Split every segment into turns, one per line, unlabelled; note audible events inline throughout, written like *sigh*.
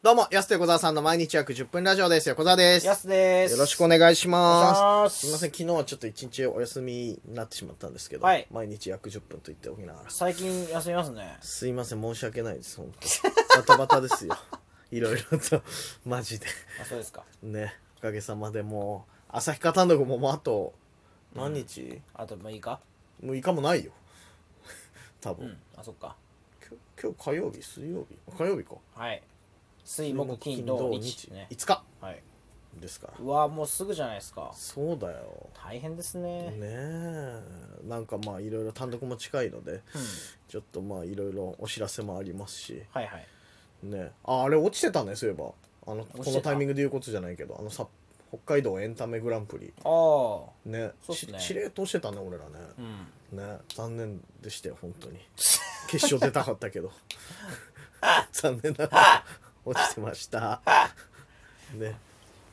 どうも、安手小沢さんの毎日約10分ラジオです。横澤です。
や
よ
すです。
ろしく
お
お願いします。
願いします
みません、昨日はちょっと一日お休みになってしまったんですけど、
はい
毎日約10分と言っておきながら。
最近休みますね。
すいません、申し訳ないです、本当バタバタ
*laughs*
ですよ。いろいろと、マジで。
あ、そうですか。
ね、おかげさまでもう、旭川単独ももうあと、何日、
あと6日
もうイカもないよ。多
う
分、
ん。あ、そっか。
今日。今日火曜日、水曜日、火曜日か。
はい。水、木、金、土、日。ね。
5日
はい。
ですから。
うわもうすぐじゃないですか。
そうだよ。
大変です
ね
ね。
えなんかまあいろいろ単独も近いので、ちょっとまあいろいろお知らせもありますし
はいはい。
ねああれ落ちてたねそういえばあの
てた
このタイミングで言うことじゃないけどあのさ北海道エンタメグランプリ
ああ。
ね
そうっすね
ちちれっと落ちてたね俺らね、
うん。
ね残念でしたよ本当に決勝出たかったけ
*laughs*
ど残念ながら落ちてましたね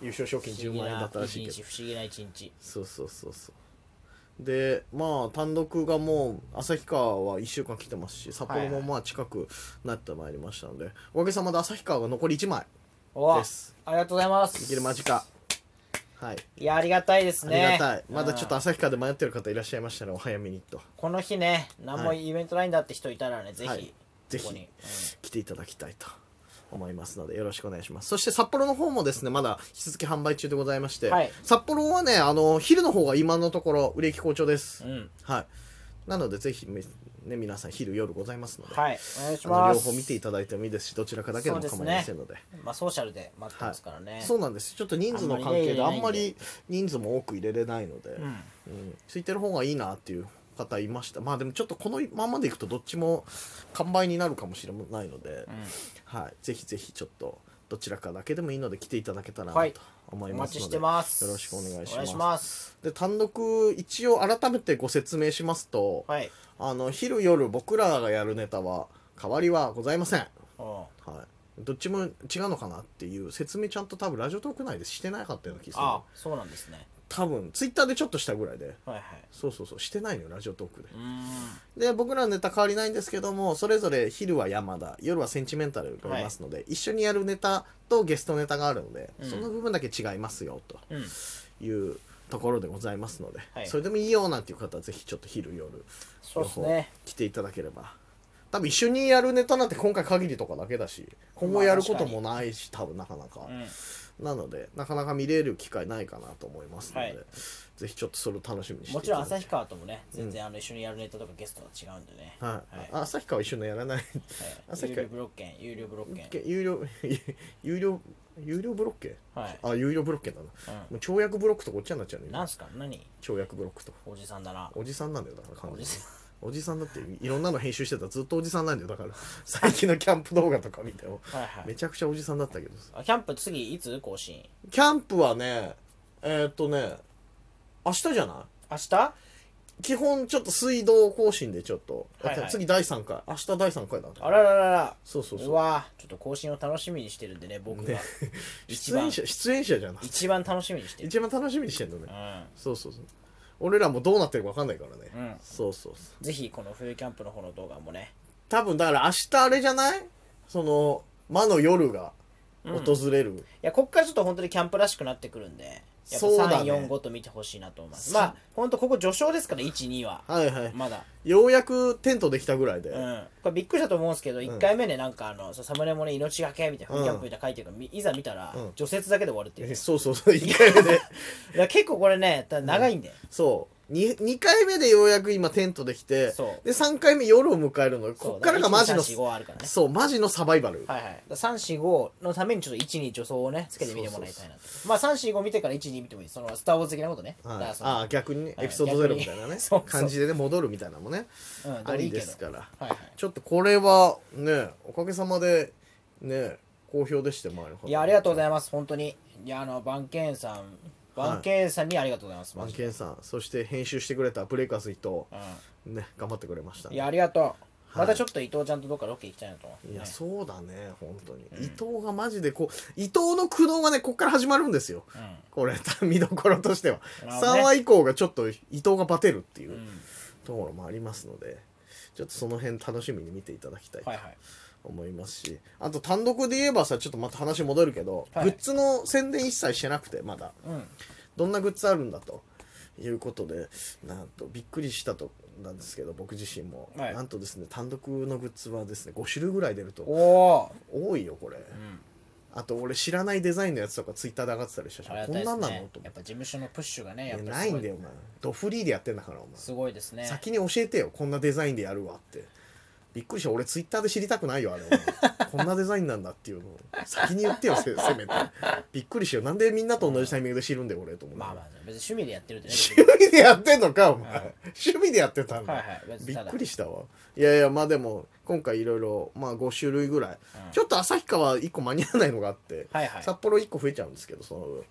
優勝賞金10万円だったらしいけど
不思議な一日、不思議な一日。
そうそうそうそうでまあ単独がもう旭川は1週間来てますし札幌
はい
も
はい
まあ近くなってまいりましたので、おかげさまで旭川が残り1枚
うわ
です
ありがとうございます。
いける間近はい、
いや、ありがたいですね。
ありがたいまだちょっと
うん
旭川で迷ってる方いらっしゃいましたらお早めにと
この日ね、何も
はい
イベントないんだって人いたらね、ぜ
は
ひ
い、ぜひ
ここに。うん
来ていただきたいと思いますのでよろしくお願いしますそして札幌の方もですねまだ引き続き販売中でございまして、
はい
札幌はねあの昼の方が今のところ売れ行き好調です、
うん。
はい。なので、ぜひめ、ね、皆さん、昼、夜ございますので、
はい。お願いし
あの
ま
両
す。
方見ていただいてもいいですし、どちらかだけでも構いませんので。
まあ、ソーシャルで待ってますからね。
そうなんですちょっと人数の関係であ
あ
ん
ん
ま
まり
り人数も多く入れれないので、
うん。
うん空いてる方がいいなっていう方いましたまあでもちょっとこのままでいくとどっちも完売になるかもしれないので、はい、ぜひぜひちょっとどちらかだけでもいいので来ていただけたらな
はい
と思
う
い
ん。お
ます
待ちし
の
て
で、
ます。
よろしくお願いします
お願いします。
で単独一応改めてご説明しますと、
はい。
あの昼夜僕らがやるネタは変わりはございません、は
うん
い、どっちも違うのかなっていう説明ちゃんと多分ラジオトーク内でしてなかったような気がする
あ、そうなんですね。
多分ツイッターでちょっとしたぐらいで
はいはい。
そうそうそうしてないのよラジオトークで
うーん。
で僕らのネタ変わりないんですけどもそれぞれ昼は山田夜はセンチメンタルがいますので、一緒にやるネタとゲストネタがあるので、
うん
その部分だけ違いますよと
うん。
いうところでございますので、
はい
それでもいいよなんていう方はぜひちょっと昼夜
そうですね。
来ていただければ多分一緒にやるネタなんて今回限りとかだけだし今後やることもないし多分なかなか
う、ん。
なのでなかなか見れる機会ないかなと思いますので、
はい
ぜひちょっとそれを楽しみにして
も
い
ちろん
ただ
旭
き
川ともね、全然あの一緒にやるネタとかゲストは違うんでね。は
はい、あ旭川は一緒にやらない
い
旭
有
川
料ブロッケン、有料ブロッケン。
有料有料有料ブロッケ
はい。
あ有料ブロッケだな、
う
もう跳躍ブロックとこっちになっちゃうね
ん。
今
なんすか何
跳躍ブロックと
おじさんだな。
おじさんなんだよだから完
お
全
じ
に
さん。
おじさんだっていろんなの編集してたらずっとおじさんなんだよだから最近のキャンプ動画とか見ても
はいは
め
い。
ちゃくちゃおじさんだったけどさ
あキャンプ次いつ更新
キャンプはね、えーっとね、明日じゃな
明日
い基本ちょっと水道更新でちょっと、
はいはい
次第3回、明日第3回だね
あらららら。
そうそう
う
そう。
わーちょっと更新を楽しみにしてるんでね、僕が。 *laughs* 一
出
番
演、者、出演者じゃない。
一番楽しみにしてる。
一番楽しみにしてんの
う
ね。
ん。
そうそうそう。俺らもどうなってるか分かんないからね。
うん
そうそうそう。
ぜひこの冬キャンプの方の動画もね。
多分だから明日あれじゃないその、魔の夜が訪れる。
いや、こっからちょっと本当にキャンプらしくなってくるんで、やっぱ
そうだ
3、
ね
4、5と見てほしいなと思います。
そう
まあ、本当ここ序章ですから、1、2は。
はいはい。*laughs*
まだ。
ようやくテントできたぐらいで。
うん。これびっくりしたと思うんですけど、1回目ね、なんかあの、そうサムネもね、命がけみたいな、
うん
キャンプみたいな書いてるから、みいざ見たら
うん、
除雪だけで終わるっていう。
そうそうそう、1回目で。
だから結構これね、ただ長いんで。
そうに 2, 回目でようやく今テントできて
そう
で3回目夜を迎えるの
そう
こっからがマジの
だら1 2 3 4 5あるからね。
そうマジのサバイバル、
はいはい、3、4、5のためにちょっと1、2助走をね、つけてみてもらいたいなと。まあ、3、4、5見てから1、2見てもいい。その、スター・ウォーズ的なことね。
はい
だからその
ああ逆にね
はい
エピソードゼロみたいなね、
そうそう
感じでね戻るみたいなのもね
うん、
あ
でもい
り
いけ
で
ど。
すから
はいはい。
ちょっとこれはねおかげさまでね好評でして周りの方
いや、ありがとう
い
ございます、本当に。いや、あの、バンケーンさん、バンケーンさんにありがとうございます、
マ
マ
ン
ジで。
ケンさんそして編集してくれたブレイカーズ伊藤
う
ね頑張ってくれました
ん。
ね
いや、ありがとう。
はい
またちょっと伊藤ちゃんとどっかロケ行きたいなと思って、
い
ね。
やそうだね本当に、伊藤がマジでこう伊藤の苦悩がねこっから始まるんですよ
うん。
これ見どころとしては、
なるほどね。
3話以降がちょっと伊藤がバテるっていううんところもありますのでちょっとその辺楽しみに見ていただきたいと
はいはい。
思いますしあと単独で言えばさちょっとまた話戻るけど、
はい
グッズの宣伝一切してなくてまだ
うん
どんなグッズあるんだということでなんとびっくりしたとなんですけど僕自身も、
はい
なんとですね単独のグッズはですね5種類ぐらい出ると
おお
多いよこれ、
ー、うん、
あと俺知らないデザインのやつとかツイッターで上がってたりしたし、
ありが
こ
たい
ん
です
なんなの
ね
と思
や
っ
っぱ事務所のプッシュがねやって
い
ぱ
やないんだよお
す
前ドフリーでやってんだからお前
ごいすごいですね
先に教えてよこんなデザインでやるわってびっくりした俺ツイッターで知りたくないよあれ
*laughs*
はこんなデザインなんだっていうのを先に言ってよせせめてびっくりしようなんでみんなと同じタイミングで知るんだよ俺と思って、
まあまあ別に趣味でやってるってね
*laughs* 趣味でやってんのかお前、
はい
趣味でやってたんだ、
はいはい別に
び
た
っ
だ
くりしたわいやいやまあでも今回いろいろまあ5種類ぐらい、
うん
ちょっと旭川1個間に合わないのがあって、
はいはい
札幌1個増えちゃうんですけどその分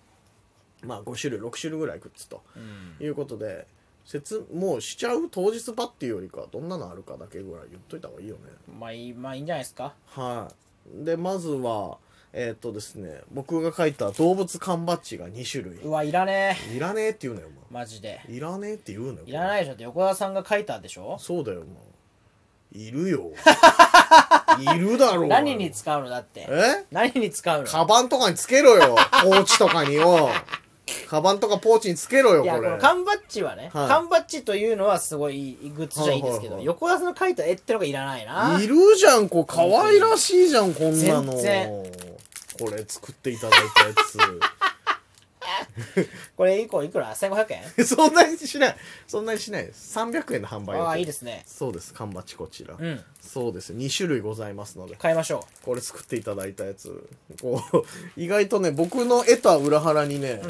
まあ5種類6種類ぐらいグッズと
うん
いうことで説もうしちゃう当日ばっていうよりかはどんなのあるかだけぐらい言っといた方がいいよね
まあいいまあいいんじゃないですか
はいでまずはえーっとですね僕が書いた動物缶バッジが2種類
うわいらね
いらねえって言うなよお
えマジで
前いらねえって言うなよ
いらないでしょって横田さんが書いたでしょ
そうだよもういる
*laughs*
よいるだろう
何に使うのだって
え
何に使うの
カバンとかにつけろよポーチとかによカバンとかポーチにつけろよ
いや
こ
こ
れ
の缶バッジはね、
はい
缶バッジというのはすごいいいグッズじゃいいですけど、
はいはいはい
横田さんの描いた絵ってのがいらないない
るじゃんこう可愛らしいじゃんこんなの
全然
これ作っていただいたや
これ以降いくら1500円
つ *laughs* そんなにしないそんなにしないです300円の販売予定
ああいいですね
そうです缶バッチこちら、
うん
そうです2種類ございますので
買いましょ
これ作っていただいたやつこう *laughs* 意外とね僕の絵とは裏腹にね、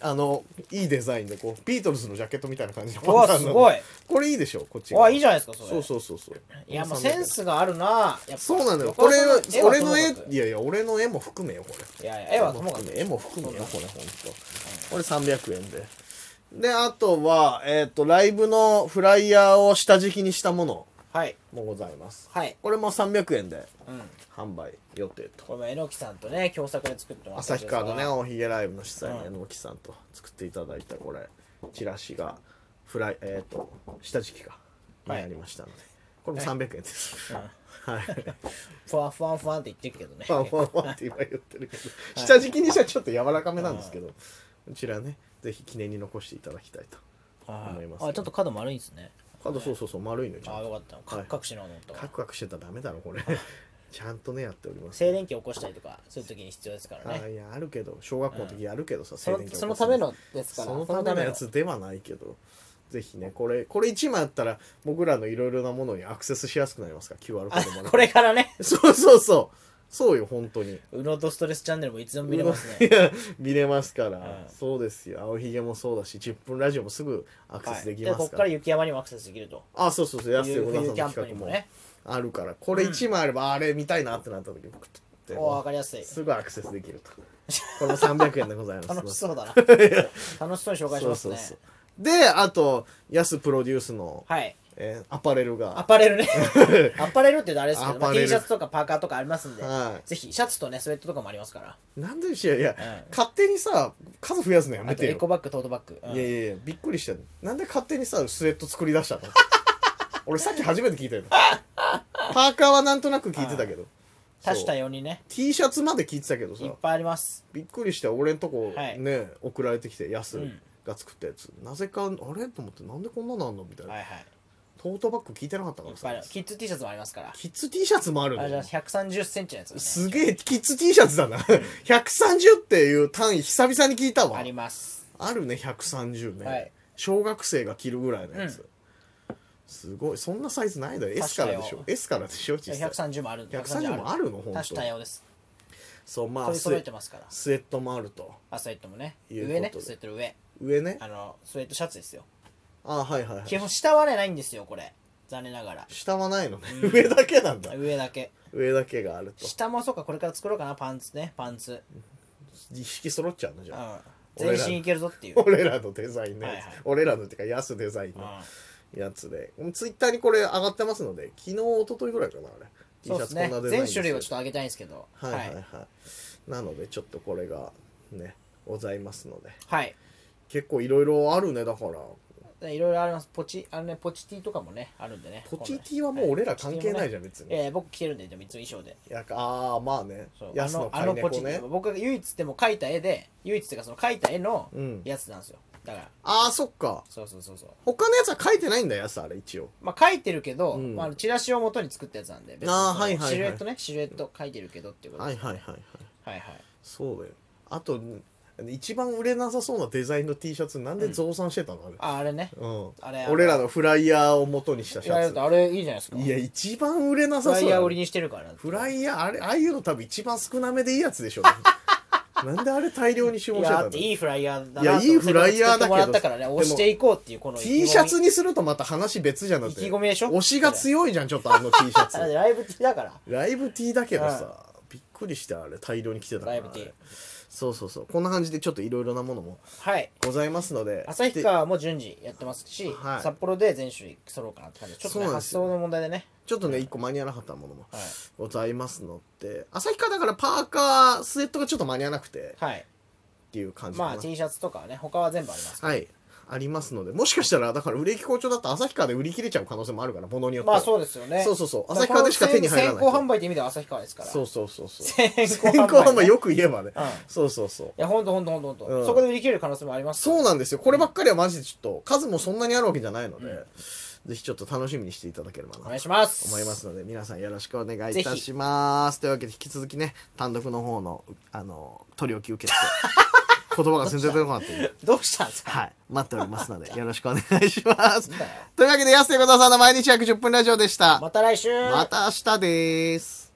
あのいいデザインでこうビートルズのジャケットみたいな感じの
ううわ
パター
す
ンなの
ごい
これいいでしょこっち
わあいいじ
ゃ
ゃないですかそれ
そうそうそうそう
いやもうセンスがあるなやっぱ
そうなのよこ
横
れ
田
は
さんの
俺
絵は
の絵
ともかく
いやいや俺の絵も含めよこれ
いやいや絵はともかく
絵も含めよこれほんとこれ300円でであとはえっ、とライブのフライヤーを下敷きにしたもの
はい
もございます
はい
これも300円で
うん
販売予定と
これもえのきさんとね共作で作ってます
旭川のね
は
青ひげライブの主催の
うん
榎木さんと作っていただいたこれチラシがフライえっ、と下敷きが
は
に
い
ありましたので、これも300円です、はい
ふわんふわんふわんって言ってるけどね
ファンファンファンって今言ってるけど、下敷きにしてはちょっと柔らかめなんですけど、こちらね、ぜひ記念に残していただきたいと。
はい
思います
あちょっと角丸いんですね
あと、そうそうそう、丸いのよちゃ
あ
ん
よ
と。
かったカクカクしながら思ったわ
カクカクしてたらダメだろ、これ。ちゃんとね、やっております。
静電気起こしたりとかするときに必要ですから
あ
ね
いや、あるけど、小学校の時やるけどさ、
そ
静
の
電気
そのため
起こ
のです
す
から
そのためのやつではないけど、ぜひね、これ、これ1枚あったら、僕らのいろいろなものにアクセスしやすくなりますから、QR コ
あ
ードも。
これ。からね
そうそうそう。そうよ、本当に。
「うのとストレスチャンネル」もいつでも見れます
い
ね
や *laughs* 見れますから、
ん
そうですよ青ひげもそうだし10分ラジオもすぐアクセスでき
はい、で
ま
ここ
す
っ
か
から
ら,、
雪山にもアクセスできると
あそうそうそう安瀬小
冬
田さんの
冬キャンプ
企画
にも
も
ね
あるからこれ1枚あればあれ見たいなってなった時にクッて
お分かりやすい
すぐアクセスできるとこれも300円でございます
楽し *laughs* そ
*laughs*
うだな楽しそうに紹介し
そう
ます
そう
ね
そうであと安プロデュースの、
はい
えーアパレル
ア
が
パ
*laughs*
レルねアパレルって言うとあれですけど、
ア
まあ、
パレ
T
ル
シャツとかパーカーとかありますんで、
はい
ぜひシャツとねスウェットとかもありますから
なんでしょいや、
うん
勝手にさ数増やすのや
あ
め
と
て
エ
よ
コバッグトートバッグ、うん
いやいやいやびっくりしたなんで勝手にさスウェット作り出したの
*laughs*
俺さっき初めて聞いたよパーカーはなんとなく聞いてたけど
多種多
そう
様にね
T シャツまで聞いてたけどさ
いっぱいあります
びっくりして俺んとこ
はい
ね、送られてきてヤス
うん
が作ったやつ、なぜかあれと思ってなんでこんなのあんのみたいな、
はいはい
トートバッグ聞いてなかったか
いっ
らさ
ぱいあるキッズ T シャツもありますから
キッズ T シャツもある
あじゃあ
の
1 3 0ンチのやつですね
すげえキッズ T シャツだな *laughs* 130っていう単位久々に聞いたわ
あります
あるね130ね、
はい
小学生が着るぐらいのやつ、すごいそんなサイズないだろ S からでし
多種多
ょ
様
S からでしょ実際
130もある
130もあるの本当
多種多様です
そうまあ
取り
ス
揃え
ウ
てますから
スウェットもあると
あスウェットもね
いう
上ね
ことで
スウェットの上
上ね
あのスウェットシャツですよ
あはいはい、は
基
い、
本下はねないんですよこれ残念ながら
下はないのね、上だけなんだ
上だけ
上だけがあると
下もそうかこれから作ろうかなパンツねパンツ、
一式揃っちゃうのじ
う
ゃあ
ん、全
俺ら
身いけるぞっていう、うん、
俺らのデザインのやつ、
はいはい
俺らのっていうか安デザインのやつでツイッターにこれ上がってますので昨日一昨日ぐらいかなあれ T シ
そう
ャ
で
ツ
す
こん
ね
なデザイン
全
です
種類はちょっと上げたいんですけど
はいはいは
はい
い、なのでちょっとこれがねございますので
はい
結構いろいろあるねだから
いろいろあります。ポチ、あのね、ポチティとかもね、あるんでね。
ポチティはもう俺ら関係ないじゃん別
い
に
やいや、僕着てるんで、じゃあ三つ衣装で。
いやああまあね
そうあ
安
の
の
あ
飼い
のポ
猫
チテ
ね
ィ、僕が唯一でも描いた絵で、唯一っていうかその描いた絵の
うん
やつなんですよ。だから、
ああそっか
そうそうそうそう。
他のやつは書いてないんだよやつあれ一応
まあ書いてるけど、
うん
まあ、チラシを元に作ったやつなんで、別に
あー
その
はいはいはい
シルエットね、シルエット書いてるけどっていうこと
は
で
いはいはいはい
す。はいはい。
そうだよあと一番売れなさそうなデザインの T シャツなんで増産してたのあれ、
あ、あれね。
うん
あれ
俺らのフライヤーを元にしたシ
言われ
ャツ
るとあれいいじゃないですか。
いや一番売れな
フ
さ
ラ
そう
イ
だ
ヤ
ね
ー売りにしてるからだって。
フライヤーあれああいうの多分一番少なめでいいやつでしょ
*laughs*
なんであれ大量に注
い
文して
や、
た
だ
の
っていいフライヤーだ
い
な
や
と思って
いいフライヤーだけど
作ってもらったからね、押していこうっていう、この意気込み
T シャツにするとまた話別じゃなくて
意気込みでしょ
推しが強いじゃんちょっとあの T シャツ
*laughs* だってライブ中だから。
ライブ T だけどさ、びっくりしてあれ大量に来てたから
ライブ T
そうそうそうこんな感じでちょっといろいろなものも
はい。
ございますので
旭
で
川も順次やってますし、
はい
札幌で全種類揃うかなって感じでちょっと、ね、
そうなんで
発
すよ
想の問題でね。
ちょっとね一個間に合わなかったものも
はい。
ございますので旭川だからパーカースウェットがちょっと間に合わなくて
はい。
っていう感じかな、
まあ T シャツとかはね、他は全部ありますけ
はいありますのでもしかしたらだから売れ行き好調だったら旭川で売り切れちゃう可能性もあるからものによって
ど。ま
は
あそうですよね。
そうそうそう
だら
旭川でしか手に入らない
この先行販売って意味では旭川ですから。
そうそうそうそう
先行
先行
販売、
販売よく言えばね、
うん
そうそうそう
いや、ほんとほんとほんとほんと、
うん
そこで売り切れる可能性もありますから。
そうなんですよこればっかりはマジでちょっと数もそんなにあるわけじゃないので、ぜひちょっと楽しみにしていただければ
お
な
願い
と
します。
思いますので皆さんよろしくお願いいたしますというわけで引き続きね単独の方のあの取り置き受け
*laughs*
付け言葉が全然出なくなってる
どうしたんですか
はい待っております
*laughs*
のでよろしくお願いします
だよ
というわけで安手小沢さんの毎日約10分ラジオでした
また来週
また明日です